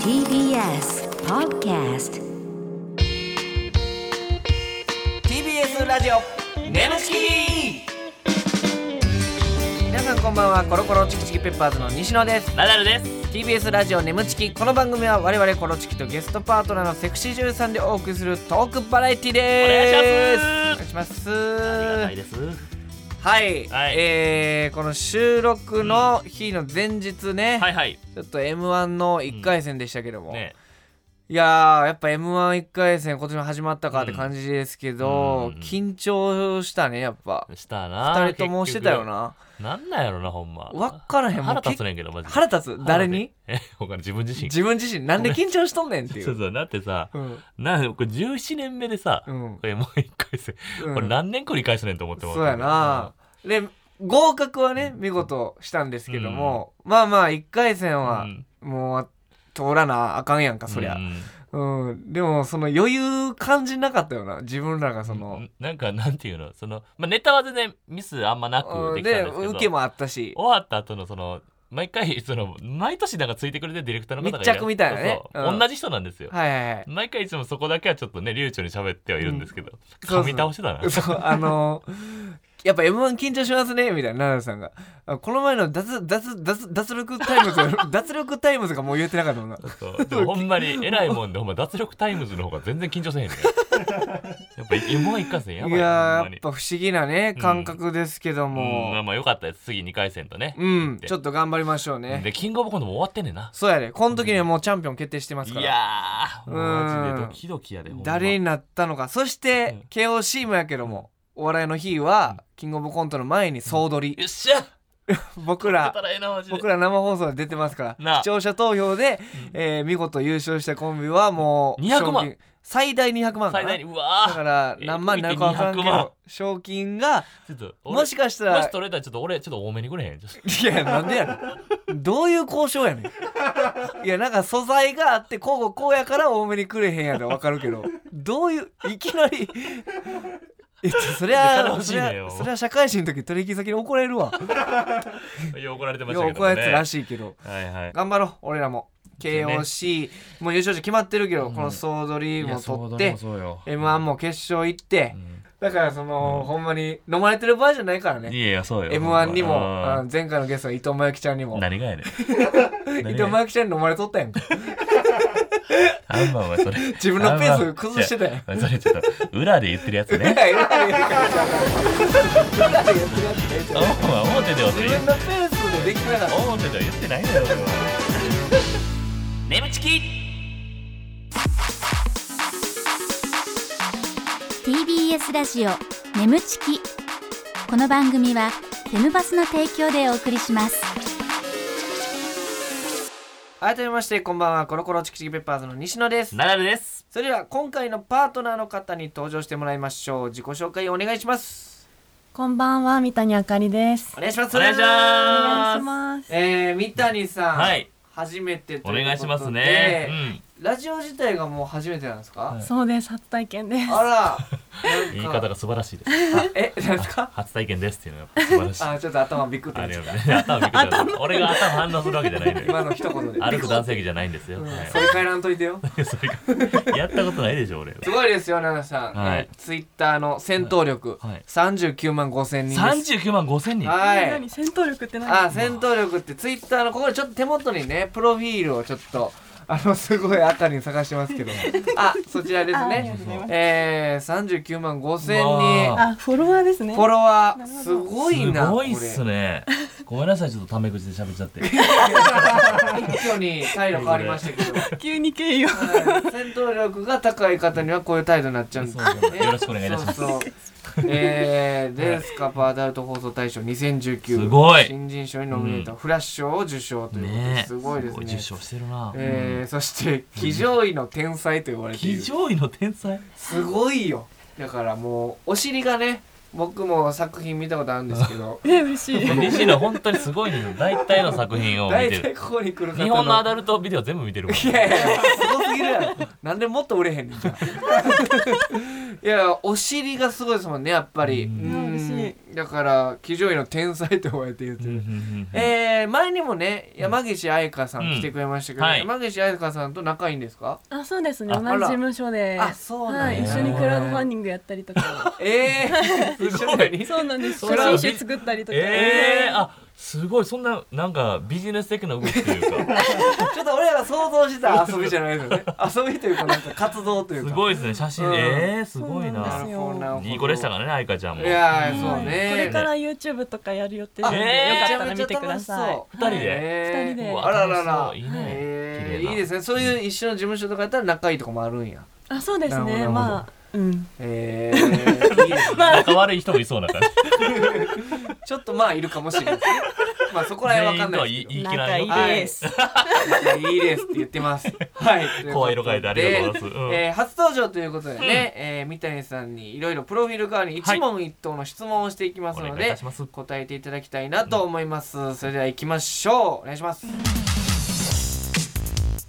TBS Podcast TBS ラジオネムチキ皆さんこんばんはコロコロチキチキペッパーズの西野ですナダルです TBS ラジオネムチキこの番組は我々コロチキとゲストパートナーのセクシー女優さんでお送りするトークバラエティですお願いしますありがたいはですい、はいえー、この収録の日の前日ね、はいはいちょっと m 1の1回戦でしたけども、ねいやーやっぱ m 1 1回戦今年も始まったかって感じですけど、うん緊張したねやっぱしたな2人ともしてたよな結局なんなんやろなほんまわっからへんもう腹立つねんけどマジで腹立つ誰に腹立つえ他の自分自身自分自身なんで緊張しとんねんっていそうう。そうだってさうんなんこれ17年目でさ、うんこれもう一回戦、うんこれ何年繰り返すねんと思ってもそうやな。で合格はね見事したんですけども、まあまあ1回戦うんはもう通らなあかんやんかそりゃう、んうんでもその余裕感じなかったよな自分らがその、なんかなんていうのその、まあ、ネタは全然ミスあんまなくうでんきたでんですけど受けもあったし終わった後のその毎回 その毎年なんかついてくれてるディレクターの方が密着みたいなねそうそううん同じ人なんですよ、はいはいはい毎回いつもそこだけはちょっとね流暢に喋ってはいるんですけど、そうそう噛み倒してたな そうあのやっぱ M1 緊張しますねみたいな奈良さんがあこの前の脱脱脱脱力タイムズ 脱力タイムズがもう言えてなかったもんなそうでもほんまに偉いもんでほんま脱力タイムズの方が全然緊張せへんねんやっぱ m 1一回戦やばいいやーほんまやっにぱ不思議なね感覚ですけどうんまあもまあよかったです次2回戦とねうん、ちょっと頑張りましょうねでキングオブコントも終わってんねんなそうやでこの時にはもうチャンピオン決定してますいからやーマジうでんドキドキやでほんま誰になったのかそしてうん KOC もやけどもお笑いの日はキングオブコントの前に総取よりっしゃ僕勝らてたらええなマジで 僕ら生放送で出てますかなら視あ聴者投票で、えー見事優勝したコンビはもう200万賞金最大200万か最な大にうだかわら何万になるか分からんけ200万ど賞金がーちょっと俺もしかしたもらし取れたらちょっと俺ちょっと多めにくれへんちょっといやなんでやねんどういう交渉やねんいやなんか素材があってこうこうこうやから多めにくれへんやでわかるけどどういういきなりえっとそり いやゃ楽そしいりねゃよそりゃ社会人の時取引先に怒られるわ よう怒られてましよたうけど怒ねられてたらしいけどはいはい頑張ろう俺らも KOC もう優勝者決まってるけど、うんこの総取りも取っいてやそうだよそうよ m 1も決勝行って、うんだからその、うんほんまに飲まれてる場合じゃないからいねやいやそうよ m 1にもうんあの前回のゲストの伊藤真由紀ちゃんにも何がやね伊ん何藤が真由紀ちゃんに飲まれとったやんかあんまお前それ自分のペース崩してたやんあんまそれちょっと裏で言ってるやつ い ねやいやいやいやいやいあやんま表ではそれ自分のペースでできなかった表では言ってないのよ俺はネムチキ TBS ラジオ眠ちきこの番組はテムバスの提供でお送りします改めましてこんばんはコロコロチキチキペッパーズの西野ですナダルですそれでは今回のパートナーの方に登場してもらいましょう自己紹介お願いしますこんばんは、三谷あかりです。お願いしますお願いしおま願いします。えー、三谷さん、はい初めてといおうことで願いしますねラジオ自体がもう初めてなんですか、いそうです、初体験です。あうらん言い方が素晴らしいですあえなんですあか初体験ですっていうのがやっぱ素晴らしいあちょっと頭びっくってあなっりちゃがっとたうね頭びっくりした俺が頭反応するわけじゃないのよ今の一言で 歩く男性器じゃないんですよ、うんはい それ帰らんといてよそれがやったことないでしょ 俺すごいですよ奈々さん、はいツイッターの戦闘力、はい39万5千人です39万5千人はい何戦闘力って何あ戦闘力ってツイッターのここでちょっと手元にねプロフィールをちょっとあのすごい赤に探してますけどあそちらですあありがねとうございますえー、39万5千わ人あ、フォロワーですね。フォロワーなるほどすごいなすごいっすこねごめんなさいちょっとタメ口で喋っちゃってれ一挙に態度変わりました けど急に敬意を。はい戦闘力が高い方にはこういう態度になっちゃうんですそうそうよろしくお願いいたしますそうそうえー、でスカパーアダルト放送大賞2019すごい新人賞にノミネート、フラッシュ賞を受賞ということで、ねえすごいですね受賞してるなえー、そして騎乗位の天才と言われてい非る常位の天才すごいよだからもうお尻がね僕も作品見たことあるんですけどえ、 嬉 しい。西野本当にすごいね大体の作品 を見大て体るここに来る方日本のアダルトビデオ全部見てるもんいやいやいやすごすぎるやろなんでもっと売れへんねん じゃあいやお尻がすごいですもんねやっぱりうんうん嬉しだから騎乗位の天才と呼ばれているという、えー、前にもね山岸愛香さん来てくれましたけど、うんはい山岸愛香さんと仲いいんですか、あ、そうですね。あ同じ事務所で。あそうなんはやい、一緒にクラウドファンディングやったり とか。え ー、すごい一緒にそうなんです。そ写れは真集作ったりとか。ええー、あすごいそんななんかビジネス的な動きという かちょっと俺らが想像してた遊びじゃないです よね遊びというかなんか活動というすかごいですね写真、うんええー、すごいそうなんなですいい子でしたからね愛花ちゃんもいやはーいそうねこれから YouTube とかやる予定なあんで、えーよかったら見てください。二人でえー二人でうわあららら楽しそういいね、え綺ー麗ないいですねそういう一緒の事務所とかやったら仲いいとこもあるんやあ、そうですなるほね。どまあ、うん。。え ー、いいですね仲悪い人もいそうな感じちょっとまあいるかもしれないですねまあそこら全辺わか員んとなですけどはい言い切らないよ仲いいですいやいいですって言ってます。はい。 声色変えてありがとうございますでうんえー初登場ということでね、えー三谷さんにいろいろプロフィール代わりに一問一答の質問をしていきますおの願いいでたし、ます答えていただきたいなと思います。それでは行きましょう。お願いします。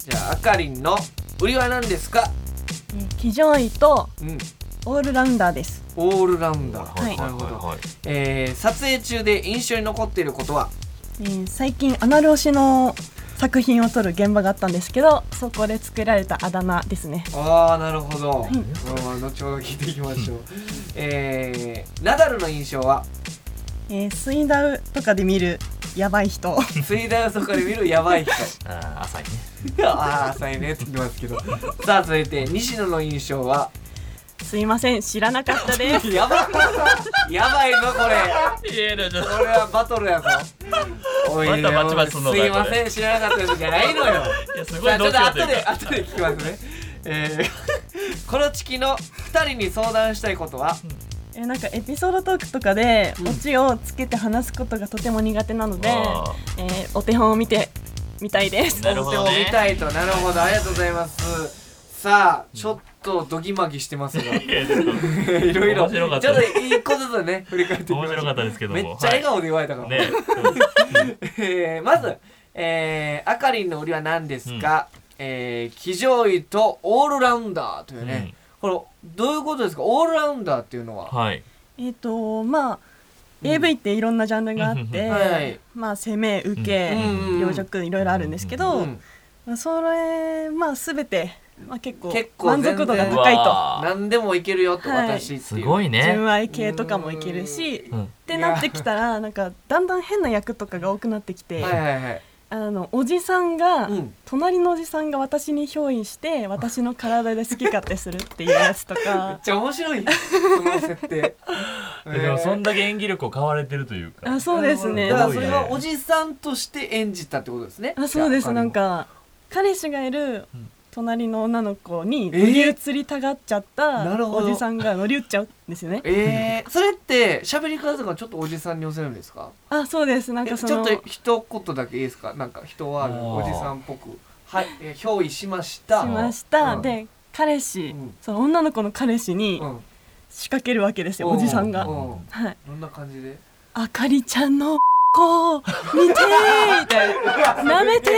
じゃあ、あかりんの売りは何ですか騎乗位とうん。オールラウンダーです。オールラウンダー。はいなはいるほはいど。はいえー撮影中で印象に残っていることはえー最近アナル推しの作品を撮る現場があったんですけど、そこで作られたあだ名ですね。ああ、なるほど。うん後ほど聞いていきましょう。えー、ナダルの印象はえー、スイダウとかで見るやば い人。水ダウとかで見るや ばい人あー浅いねああ浅いねって言ってますけどさあ続いて西野の印象はすいません、知らなかったで す。やば いやばいぞこれいやいやちょっとこれはバトルや ぞおいまたバチバチすんのかすいません知らなかったですじゃないのよいやすごさいあちどょっうしと後ようというでか後で聞きますねえー、 このチキの2人に相談したいことはえなんかエピソードトークとかでうんオチをつけて話すことがとても苦手なので、あえーお手本を見てみた いです。なるほどお手を見ねたいとなるほどありがとうございますさあちょっとドギマギしてますがいやちょっと いろいろ面ち白ょかっったと一個ずつね振り返っていきま面しょう白かったですけどめもっちゃ笑顔で言われたから、はいね えーまず、えー、あかりんの売りは何ですか、えー、騎乗位とオールラウンダーというね、これどういうことですかオールラウンダーっていうのは、はいえっ、とまあ、うん AV っていろんなジャンルがあっうて、んはいまあ攻め受け、うんうん養殖いろいろあるんですけど、うんそれまあすべてまあ結構結構満足度が高いとうわあ何でもいけるよと、はい私ってすいうごいね純愛系とかもいけるし、うっんてなってきたらなんかだんだん変な役とかが多くなってきて、はいはいはいあのおじさんが、うん隣のおじさんが私に憑依して私の体で好き勝手するっていうやつとめ っかちゃ面白いその設定えでもそんーだけ演技力を買われてるというかあそうですねだからすそごいれねはおじさんとして演じたってことですねあそうですなんか彼氏がいる隣の女の子に乗り移りたがっちゃっえーなたるほおどじさんが乗り移っちゃうんですよねえー、それって喋り方とかちょっとおじさんに寄せるんですかあそうですなんえかそちょっのと一言だけいいですかなんか人はおじさんっぽくはいえー憑依しましたししましうたんで彼氏うんその女の子の彼氏にうん仕掛けるわけですようおじさんがうはいどんな感じであかりちゃんの子を見てーみたいな舐めて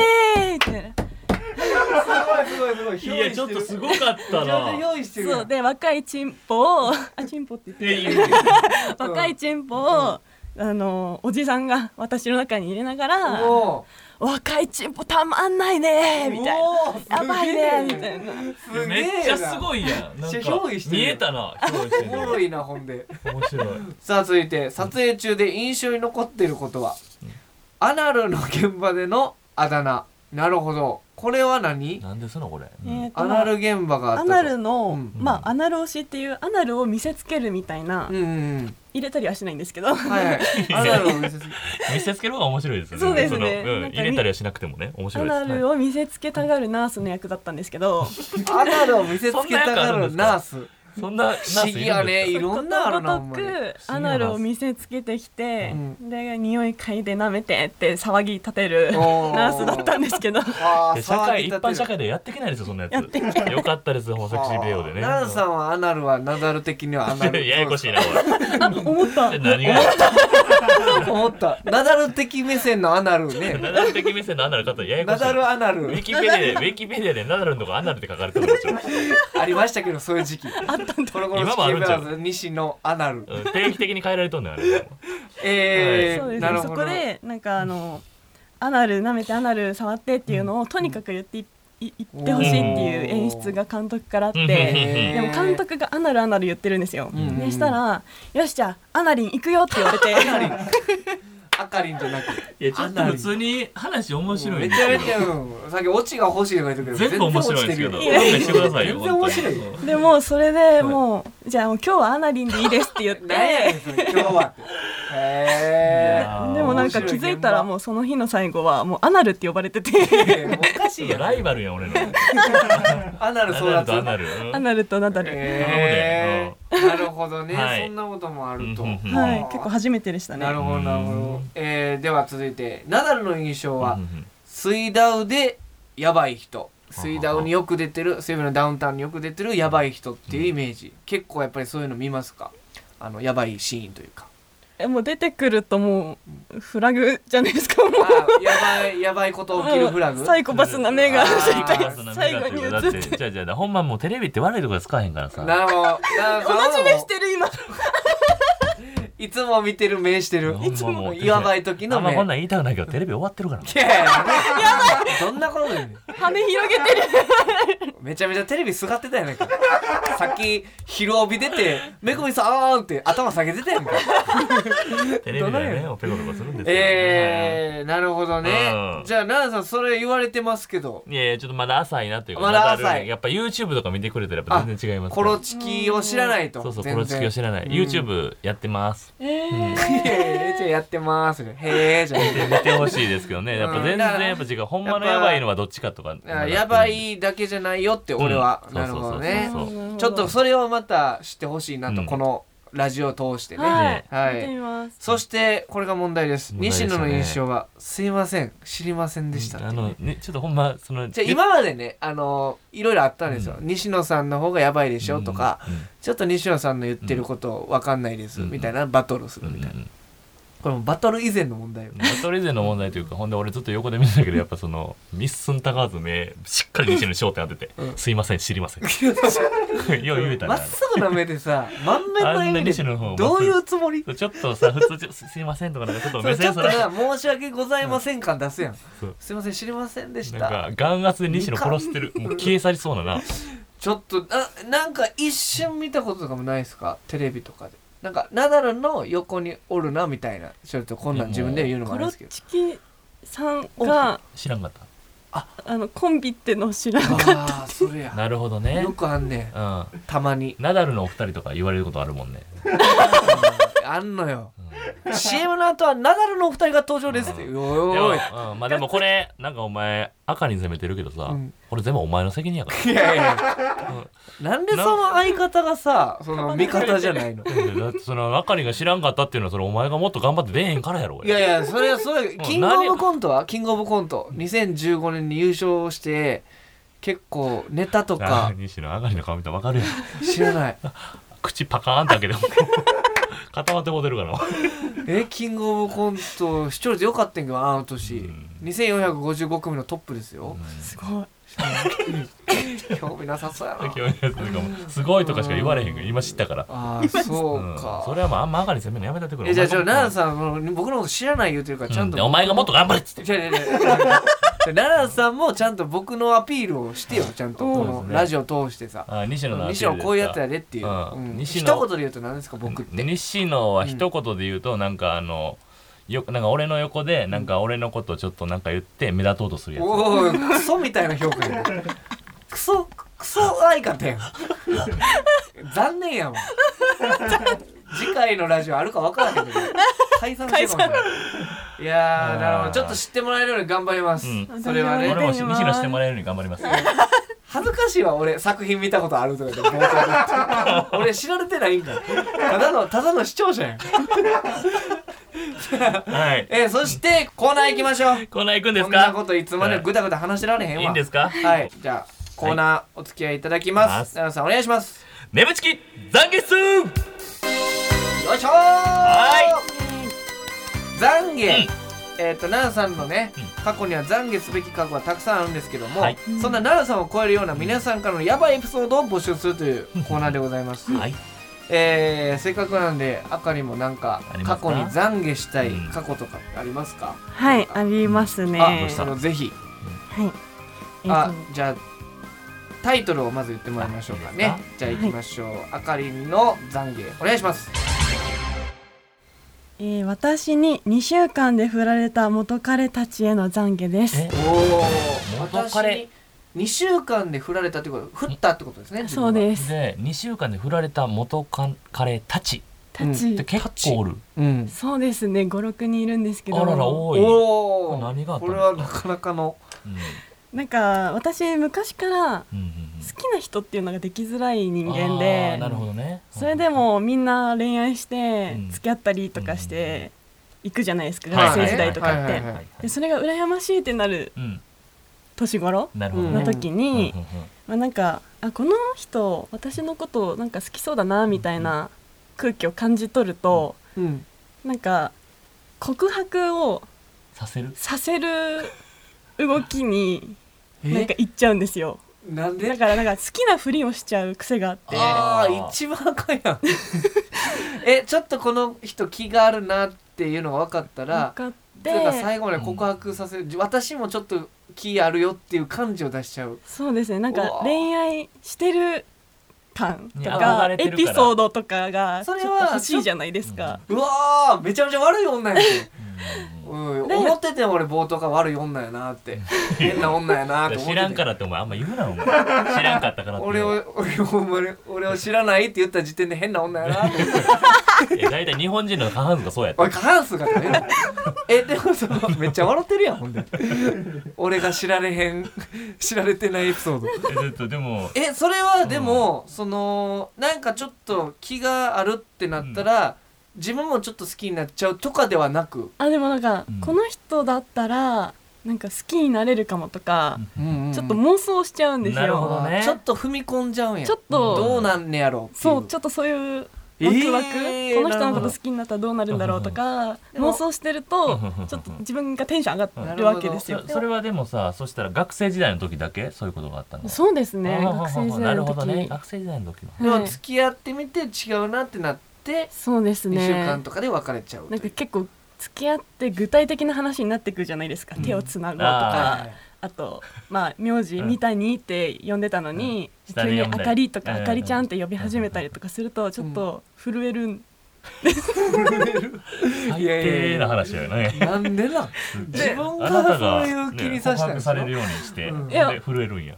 ーみたいなすごいすごいいすごいやちょっとすごかったな用意してるそうで若いチンポをあチンポって言っいてやいやい若いチンポを、あのおじさんが私の中に入れながらお「若いチンポたまんないね」みたいな「やばいね」みたいななやめっちゃすごいやんなんめかっちゃ憑依してる見えたな憑依してお るもろいなほんで面白いさあ続いて撮影中で印象に残っていることはアナルの現場でのあだ名なるほどこれは何なんですのこれえーとアまナあル現場があったアとナルの、うんまあアナル推しっていうアナルを見せつけるみたいな、うんうん入れたりはしないんですけど、うんはいはいアナルを見せつけ見せつける方が面白いですよねそうですねのうんなんか入れたりはしなくてもね面白アいですナルを見せつけたがるナースの役だったんですけど、アナルを見せつけたがるナース。はいそんなナー不思スいるん議ですかやね、いろんなあるな、ほことんごまとに。くアナルを見せつけてきて、うで匂い嗅いで舐めてって騒ぎ立てるおーナースだったんですけどあいーや社会一般社。騒ぎ立てる会でやってけないですよそんなやつやってよかったですホモセクシービデオでねナルさんはアナルはナダル的にはアナル。 ややこしいなこ思った れ何が思った。ナダル的目線のアナルね。ナダル的目線のアナル方ややこナしいなダルアナウルィキペディアでウィキペディアでナダルのとこアナルって書かれてるでしょありましたけどそういう時期。あったったんだコロコロチキンペアーズ西野アナルうん定期的に変えられとんねんあれえーそうですなねるそほこどでなんかあのアナル舐めてアナル触ってっていうのをとにかく言っていい言ってほしいっていう演出が監督からあっうんてえでーも監督がアナルアナル言ってるんですようんでしたら「よしじゃあアナリン行くよ」って言われてあかりんじゃなくていやちょっと普通に話面白いめんでちすゃけめどちゃうんさっきオチが欲しいとか言ってたけど全部面白いんですけど全勘然落ちて弁してくださいよ全然面白い本当にでもそれでもう「じゃあもう今日はアナリンでいいです」って言っるよ何 やねんてそれ今日はってへいやーでもなんか気づいたらもうその日の最後はもうアナルって呼ばれてて えおかしいやんライバルや ん俺のアナルアそうナだっルとアナたルうんアナルとナダルえー なるほどね、はいそんなこともあると、うんうんうんはい結構初めてでしたねなるほどなるほうどん、えー、では続いてナダルの印象は、うんうん水ダウでやばい人水ダウによく出てる水分のダウンタウンによく出てるやばい人っていうイメージ、結構やっぱりそういうの見ますかあのやばいシーンという かえもう出てくるともうフラグじゃないですかもうあーやばいやばいこと起きるフラグサイコパスな目があー絶サイコパ対ス最後に映だっっててじゃあじゃあほんまもうテレビって悪いとこで使わへんからさなるほどなるほ同どじ目してる今いつも見てる目してるほんまもういつもやばい時あのん目まこんなん言いたくないけどテレビ終わってるから いやいやどんなことだよねん羽広げてるめちゃめちゃテレビすがってたやないかさっき昼帯出てめぐみさんあーんって頭下げてたやんかテレビがねペコペコするんですよえー、なるほどねうんじゃあ奈々さんそれ言われてますけどいやいやちょっとまだ浅いなというかまだ浅いナダルやっぱ YouTube とか見てくれたらやっぱ全然違いますコからロチキを知らないとそうそうコ全然ロチキを知らない YouTube やってますえいやいやじゃあやってますねへえじゃで見てほしいですけどねやっぱ全然やっぱ違うほんまのやばいのはどっちかとかあやばいだけじゃないよって俺は、うんなるほどねそうそうーちょっとそれをまた知ってほしいなと、うんこのラジオを通してね、はいはい見てみますそしてこれが問題です問題です西よね野の印象はすいません知りませんでしたってあのねちょっとほんまそのじゃあ今までねあのいろいろあったんですよ、西野さんの方がやばいでしょとか、ちょっと西野さんの言ってることわかんないです、うんみたいなバトルすうんるうんみうんうたいんな、これもバトル以前の問題よバトル以前の問題というかほんで俺ずっと横で見てたけどやっぱそのミッスン高ず目しっかり西野に焦点当てて「うんすいません知りません」 よう言えたまなっすぐな目でさ満面のあんな笑み西で野の方どういうつもりちょっとさ普通ちょ「すいません」とかなんかちょっとそ目うちょ線っとそなら申し訳ございません感出すやん、そうすいません知りませんでしなんたか眼圧で西野殺してるもう消え去りそうななちょっとあなんか一瞬見たこととかもないですかテレビとかでなんかナダルの横におるなみたいなちょっとこんなん自分で言うのもあコれでロすけどチキさんが知らんかったあのコンビってのを知らんかっああーそれやなるほどねよくあんねんうんたま にナダルのお二人とか言われることあるもんねあんのよ CM の後はナダルのお二人が登場ですっておいでもおいうんまあでもこれなんかお前赤に責めてるけどさうんこれ全部お前の責任やかいやいやなんでその相方がさその味方じゃないのらだってその赤にが知らんかったっていうのはそれお前がもっと頑張って出えへんからやろいやいやそれはそれんキングオブコントはキングオブコント2015年に優勝して結構ネタとあかー 西野赤にの顔見たらわかるやん知らない口パカーンって開けても固まってもうてる からえキングオブコント視聴率良かったんやけどあの年、うん2455組のトップですよ、たすごい興味なさそうやな興味ないやつとかもすごいとかしか言われへんけど今知ったからああそうか、それはもうあんま赤に責めるのやめたってくれえじゃあじゃあ奈良ささんもう僕のこと知らない言うてるからちゃんと、お 前がもっと頑張れっつってじゃあじゃあじゃあ奈良さんもちゃんと僕のアピールをしてよちゃんとこのラジオ通してさあー西野のアピールです西か野こういうやつやでっていう、うんうん西一野言で言うと何ですか僕って、西野は一言で言うと、なんかあのよなんか俺の横でなんか俺のことちょっとなんか言って目立とうとするやつおおクソみたいな評価やなクソクソ相方やん残念やもん次回のラジオあるか分からへんけど解散してるかもしれないいやあーーなるほどちょっと知ってもらえるように頑張ります、うんそれはね俺もし出てます西野してもらえるように頑張 ります恥ずかしいわ俺作品見たことあるとかで冒頭で言って俺知られてないんかただのただの視聴者やんはいえーそしてコーナー行きましょうコーナー行くんですこんなかこといつまでもぐだぐだ話してられへんわいいんですかはいじゃあコーナーお付き合いいただきまますす奈良さんお願いします眠ちき懺悔室よいしょーは懺悔、うんえっ、と奈良さんのね、う過過去には懺悔すべき過去はたくさんあるんですけども、はいそんな奈良さんを超えるような皆さんからのヤバいエピソードを募集するというコーナーでございます、はいえー、せっかくなんで赤にもなんかありま過す去かに懺悔したいうん過去とかってありますか、はいありますねあどうしそたのぜひはいえあーとじゃあタイトルをまず言ってもらいましょうかねあじゃあ行きましょう、あかりんの懺悔お願いしますえー私に2週間で振られた元彼たちへの懺悔ですえおお元彼私2週間で振られたってこと振ったってことですねそうす、ですで2週間で振られた元カ彼たちたち、って結構おるうん、そうですね56人いるんですけどあららお多い、うおこれ何があったこんでれすはかなかなかのんなんか私昔からうんうんうん好きな人っていうのができづらい人間あーでなるほどねそれでもみんな恋愛してうん付き合ったりとかして行くじゃないですかはい学生時代とかはっいはいはいてはいでそれが羨ましいってなるうん年頃なるほどのね時うんうんうんに、まあ、なんかあこの人私のことなんか好きそうだなみたいな空気を感じ取るとうんなんか告白をさせるさせる動きになんかえ行っちゃうんですよ。なんでだからなんか好きなふりをしちゃう癖があってあああー一番あかんやん えちょっとこの人気があるなっていうのが分かったら分かっだからて最後まで告白させる、私もちょっと気あるよっていう感じを出しちゃうそうですねなんうかわ恋愛してる感とね憧かれてエるからピソードとかがちそょっれとは欲しいじゃないですか。うわーめちゃめちゃ悪い女やんけうん うん、で思ってても俺冒頭が悪い女やな って変な女やなって思ってて知らんからってお前あんま言うなお前知らんかったからって俺を俺を俺を俺を知らないって言った時点で変な女やな って思っていや大体日本人の過半数がそうやったおい過半数がダメだえでもそのめっちゃ笑ってるやんほんで俺が知られへん知られてないエピソードえちょっとでも えそれはでも、そのなんかちょっと気があるってなったら、自分もちょっと好きになっちゃうとかではなく、あでもなんか、うんこの人だったらなんか好きになれるかもとか、ちょっとも妄想しちゃうんですなるほよ。どねちょっと踏み込んじゃうんやちょっとどうなんねやろっていそうちょっとそういうえワークワク、この人のこと好きになったらどうなるんだろうとかでも妄想してるとうんちょっと自分がテンション上がなるるほどわけですよそ。それはでもさそしたら学生時代の時だけそういうことがあったのそうですねあー学生時代のなるほど時、ね学生時代の時 のではもい付き合ってみて違うなってなって、そうです二2週間ねとかで別れちゃうとないんうか結構付き合って具体的な話になってくるじゃないですか、うん手をつなごうとはかいあはいとまあ名字うんみたいにって呼んでたのに、うん急下でに「呼んあだりかり」とうか「んあかりちゃん」って呼び始めたりとかするとちょっと震えるん最いやいやい低やな話だよねなんでなん自分あながたそがういう気にねさ告せたんで白すよされるようにしてうんで震えるんや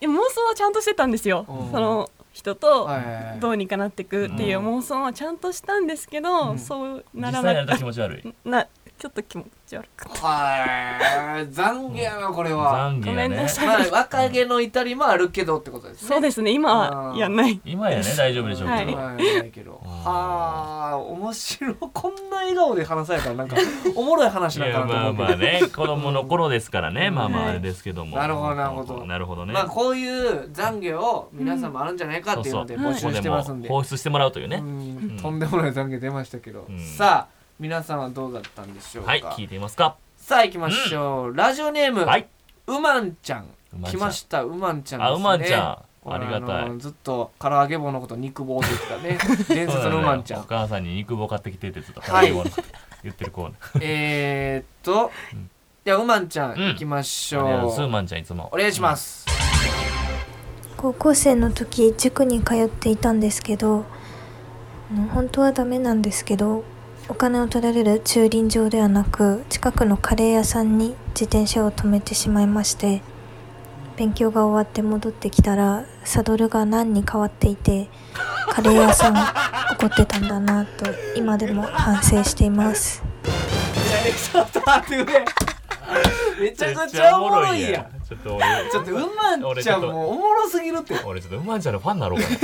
え妄想はちゃんとしてたんですようんその人とはいはいはいどうにかなってくっていううん妄想はちゃんとしたんですけど、うんそうな実ら際やるなと気持 ち悪いなちょっと気持ち悪くてはい懺悔やなこれは、懺ご悔めやんなねさい、まあ若気の至りもあるけどってことですねそうですね今あはーやんない今やね大丈夫でしょうけど、はいないけど。はあ、面白い。こんな笑顔で話されたら、なんか、おもろい話いなんやかなまと思あうまけあね子供の頃ですからねまあまああれですけどもなるほどなるほどなるほどど。ねまあ、こういう懺悔を皆さんもあるんじゃないかっていうので募集してますんで。ここも放出してもらうといううね、んとんでもない懺悔出ましたけどう。んさあ、皆さんはどうだったんでしょうはいか聞い。ていますかさあ、行きましょう。ラジオネームは、いうまんちゃん。うまんちゃ来んました、うまんちゃんですね。あうまんちゃんこあれりがたいあのずっと唐揚げ棒のこと肉棒って言 ってたね伝説のうまんちゃおん母さんに肉棒買ってきてってずっとはい言ってる子ねえーっとうんじゃあうまんちゃんうん行きましスょーうマンちゃんいつもお願いします高校生の時塾に通っていたんですけどあの本当はダメなんですけどお金を取られる駐輪場ではなく近くのカレー屋さんに自転車を止めてしまいまして勉強が終わって戻ってきたらサドルが何に変わっていてカレー屋さん怒ってたんだなと今でも反省しています。めちゃくちゃ 後上めちゃくちゃおもろいやんちょっと俺ちょっとうまんちゃんもおもろすぎるって俺ちょっとうまんちゃんのファンなろうかな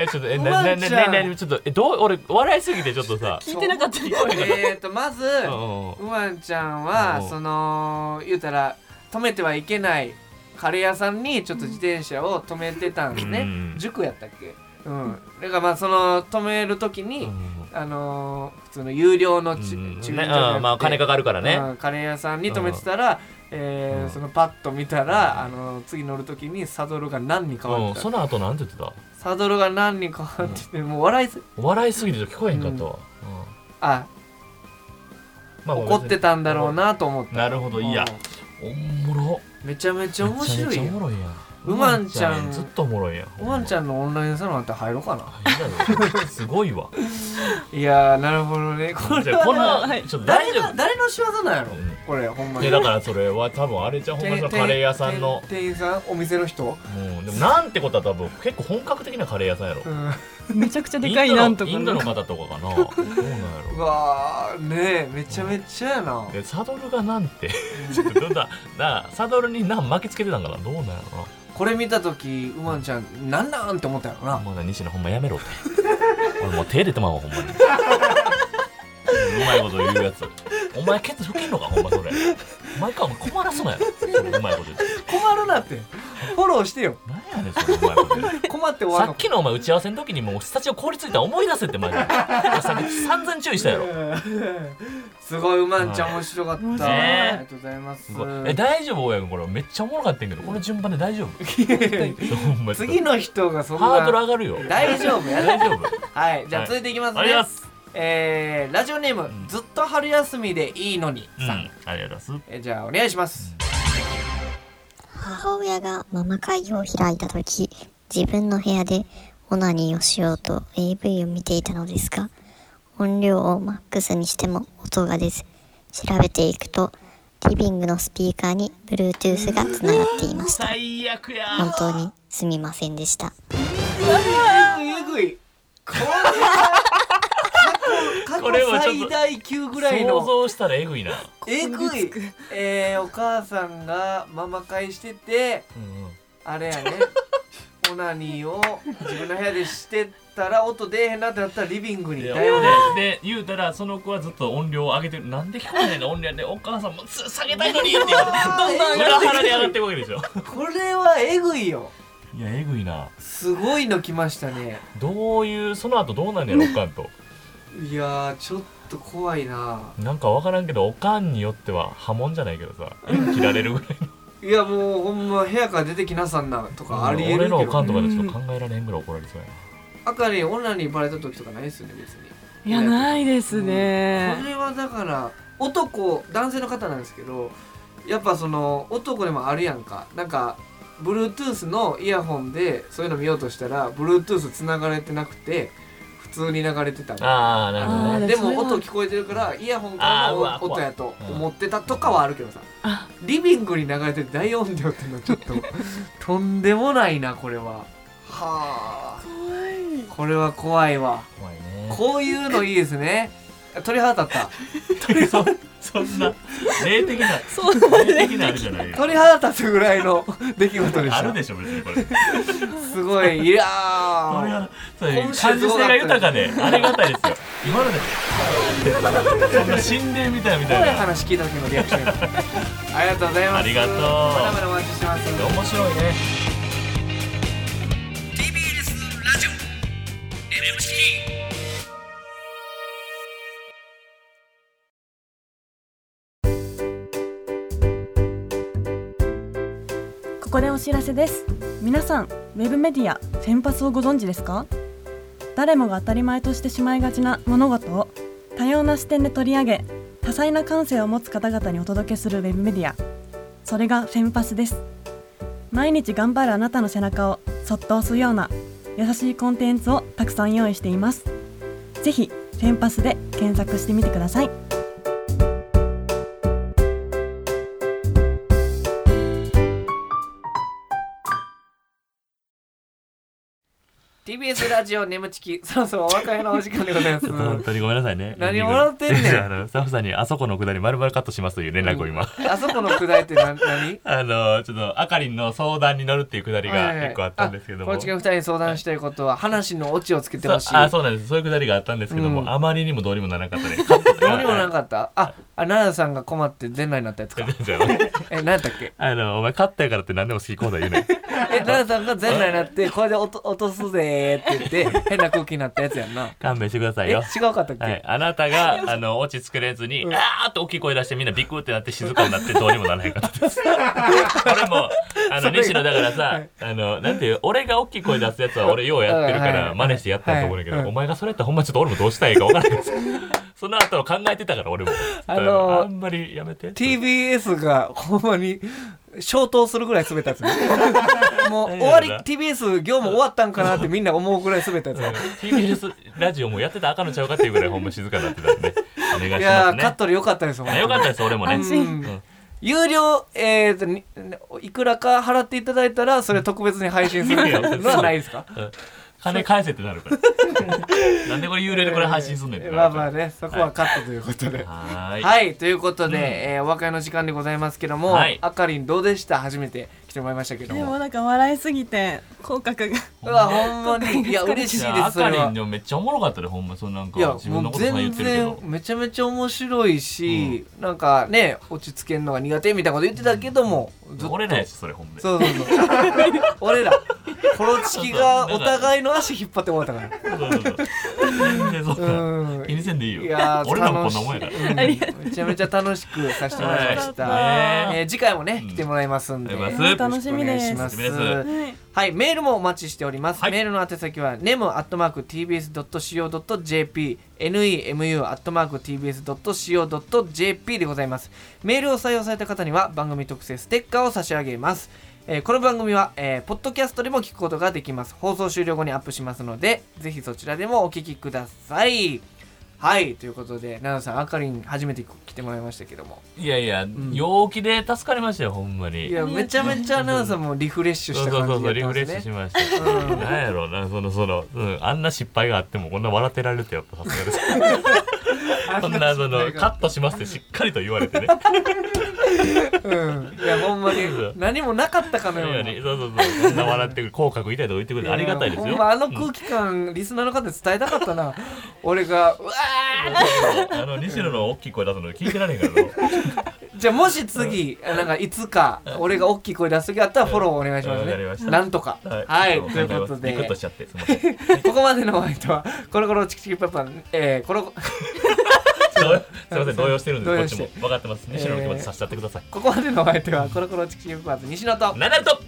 えちょっとえうまなんちゃなんなななちょっとえどう俺笑いすぎてちょっとさ聞いてなかったよえーっとまずうんううんうんまんちゃんはうんその言うたら止めてはいけないカレー屋さんにちょっと自転車を止めてたんですうねん塾やったっけうん、だからまあその止めるときに、うんあのー普通の有料のち、うん駐輪ね場じゃなくうてんまあお金かかるからねうんカレー屋さんに止めてたら、えーうんそのパッと見たら、あのー次乗るときにサドルが何に変わうっんてた、その後なんて言ってたサドルが何に変わってて、もう笑いす笑いすぎて聞こえへんかったわ、うんあまあ怒ってたんだろうなと思ってなるほどいやおもろめちゃめちゃ面白めちゃいめちゃおよもろいやんうまんちゃんうずっとおもろいやんおまんちゃんのオンラインサロンあって入ろうかなすごいわいやーなるほどねこれじゃあこの、はいちょっと大誰丈が誰の仕業なんやろ、うんこれほんま夫にでだからそれは多分あれじゃんほんまにそのカレー屋さんの店員さんお店の人うんでもなんてことは多分結構本格的なカレー屋さんやろうんめちゃくちゃでかいなんとかインドのインドの方とかか なそうなんやうろわーねえめちゃめちゃやなでサドルがなんて ちょっとどんななサドルに何巻きつけてたんかなどうなんやろこれ見た時うまんちゃんなんなんって思ったやろななもうな西野ほんまやめろって 俺もう手出てまうわほんまにうまいこと言うやつお前ケツ吹けんのかほんまそれ毎回お前困らすなやろそれうまいこと言って困るなってフォローしてよ何やねんそれうまいこと言って困って終わさるのっきのお前打ち合わせの時にもうスタジオ凍りついたら思い出せってマジでさっき散々注意したやろうんすごいうまんちゃん面白かった、はいあねりがとうございますすごいえ大丈夫親分これめっちゃおもろかったんやけどこの順番 で大丈夫ほんまに次の人がそんなハードル上がるよ 大丈夫や大な 丈夫はいじゃあ続いていきますね、ありがとうございますえーラジオネーム、んずっと春休みでいいのにうんさん、ありがとうございますえーじゃあお願いします、母親がママ会を開いた時自分の部屋でオナニーをしようと AV を見ていたのですが音量をマックスにしても音が出ず調べていくとリビングのスピーカーに Bluetooth がつながっていました最悪や本当にすみませんでしたえぐいえぐいこれは過去これは過ち去ょっ最と大級ぐらい想の像したらえぐいなえぐいえー、お母さんがママ会しててうんうんあれや ねオナニーを自分の部屋でしてたら音出えへんなってなったらリビングにいいやたよね でで言うたらその子はずっと音量を上げてるなんで聞こえないの音量でお母さんもす下げたいのにって言われてどんどん上裏がって腹で上がってるわけでしょこれはえぐいよいやえぐいなすごいの来ましたねどういうその後どうなんねやろおかんといやーちょっと怖いななんかわからんけどおかんによっては波紋じゃないけどさ切られるぐらいいやもうほんま部屋から出てきなさんなとかありえる俺けどのおかんとかでちょっと考えられへんぐらい怒られそうやあかりオナニーバレた時とかないですよね別にいやないですこねれはだから男男性の方なんですけどやっぱその男でもあるやんかなんか Bluetooth のイヤホンでそういうの見ようとしたら Bluetooth つながれてなくて普通に流れてたりなああなるほどあねーでも音聞こえてるからイヤホンからのあーうわ音怖いやと思ってたとかはあるけどさあリビングに流れてる大音量っていうのはちょっ ととんでもないなこれははあこれは怖いわ怖いねこういうのいいです ね鳥肌立ったそそんな霊的なそう霊的なあれじゃないよ鳥肌立つぐらいの 出来事でしあるたでしょ別にこれすごいいやこれーはそういう今週感す受ご性かったが豊かでありがたいですよ今までそんな神殿みたいみこういうたいな話聞いた時のリアクショ ンありがとうございますありがとうまだまだお待ちしてます面白いねここでお知らせです皆さんウェブメディアフェンパスをご存知ですか誰もが当たり前としてしまいがちな物事を多様な視点で取り上げ多彩な感性を持つ方々にお届けするウェブメディアそれがフェンパスです毎日頑張るあなたの背中をそっと押すような優しいコンテンツをたくさん用意していますぜひフェンパスで検索してみてくださいね TBS ラジオ眠ちきそろそろお別れのお時間でござい ます本当にごめんなさいね何笑ってんねんあのスタッフさんにあそこのくだり丸々カットしますという連絡を今 あそこのくだりって な何あのちょっとあかりんの相談に乗るっていうくだりが結構あったんですけども、はいはいはいあこの時間二人に相談したいことは話のオチをつけてほしいそうあそうなんですそういうくだりがあったんですけども、うん あまりにもどうにもならなかったねど何もなかったああ奈良さんが困って出ないなったや つかえ何やったっけあのお前勝ったやからって何でも好きこうだ言うねえ奈良さんが全裸になってこれで落と落とすぜーって言って変な空気になったやつやんな勘弁してくださいえ違ようかったっけ、はい、あなた があの落ち作れずに、あーって大きい声出してみんなビクってなって静かになってどうにもならへんか ったです俺もあのそれ西野だからさ、あのなんていう俺が大きい声出すやつは俺ようやってうるかんはいはらい真似してやったと思うんだけど、はいはいお前がそれやったらほんまちょっと俺もどうしたらいいか分からないですその後考えてたから俺も、あのーあんまりやめて TBS がほんまに消灯するぐらい滑った やつねもう終わり TBS 業務終わったんかなってみんな思うぐらい滑ったやつね TBS ラジオもやってたらあかんのちゃうかっていうぐらいほんま静かになってたんでお願いいしまやすーカッねトでよかったですもんねよかったです俺もね、安う心ん有料、えーとにいくらか払っていただいたらそれ特別に配信する のはないですかうん 金返せってな るからなんでこれ幽霊でこれ配信すんねんってまなあるまかあらねそこはカットということで、ははーい、いということで、えーお別れの時間でございますけども、はいあかりんどうでした初めて来てもらいましたけどでももなんか笑いすぎて口角 がうわほんまにいや嬉しいやであすそかれりはんでもめっちゃおもろかったでほんまそのなんかいや自分ものうことさ全言ってるけ然どめちゃめちゃ面白いし、なんかね落ち着けんのが苦手みたいなこと言ってたけども、ずっと折れないしそれほんまにそうそうそう俺らコロチキがお互いの足引っ張って終わったからそうそうそう全然そんうんな気にせんでいいよいやー俺らもこんなもんやから楽しうんめちゃめちゃ楽しくさせてもらいました、はいねえー次回もねうん来てもらいますんで、ありがとうございます楽しみですよろしくお願いしま楽すはいはいメールもお待ちしております、はいメールの宛先は nemu.tbs.co.jp nemu.tbs.co.jp でございますメールを採用された方には番組特製ステッカーを差し上げますえーこの番組は、えーポッドキャストでも聞くことができます放送終了後にアップしますのでぜひそちらでもお聞きくださいはいということで奈々さんあかりん初めて来てもらいましたけどもいやいやん陽気で助かりましたよほんまいにやめちゃめちゃ奈々さんもリフレッシュしそうたそ感じうそうそうリやっフたんレッですシュしねましたしなんやろうなそのそのうんあんな失敗があってもこんな笑ってられるとやっぱさ すがですそんなそのカットしますってしっかりと言われてね。うんいやほんまに何もなかったかのそうようなそうそうそう。そんな笑ってくる口角痛いとか言ってくれてありがたいですやほよ。んまあの空気感、リスナーの方に伝えたかった な俺がうわうんあの西野の大きい声出すの聞いてられへんからな。ーじゃあもし次、なんかいつか俺が大きい声出す時あったらフォローお願いしますわかりましねたなんとかはい、ということビクッとでしちゃってすみません。どここまでのお相手はコロコロチキチキパパ、えー、コロうすみません動揺してるんで動こ揺っしてちも分かってます。西野の気持ちさせちゃってください。ここまでのお相手はコロコロチキチキパパズ西野とナダルと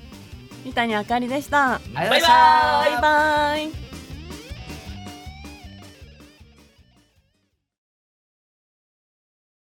三谷あかりでしたババイバイバイイ。バイバイ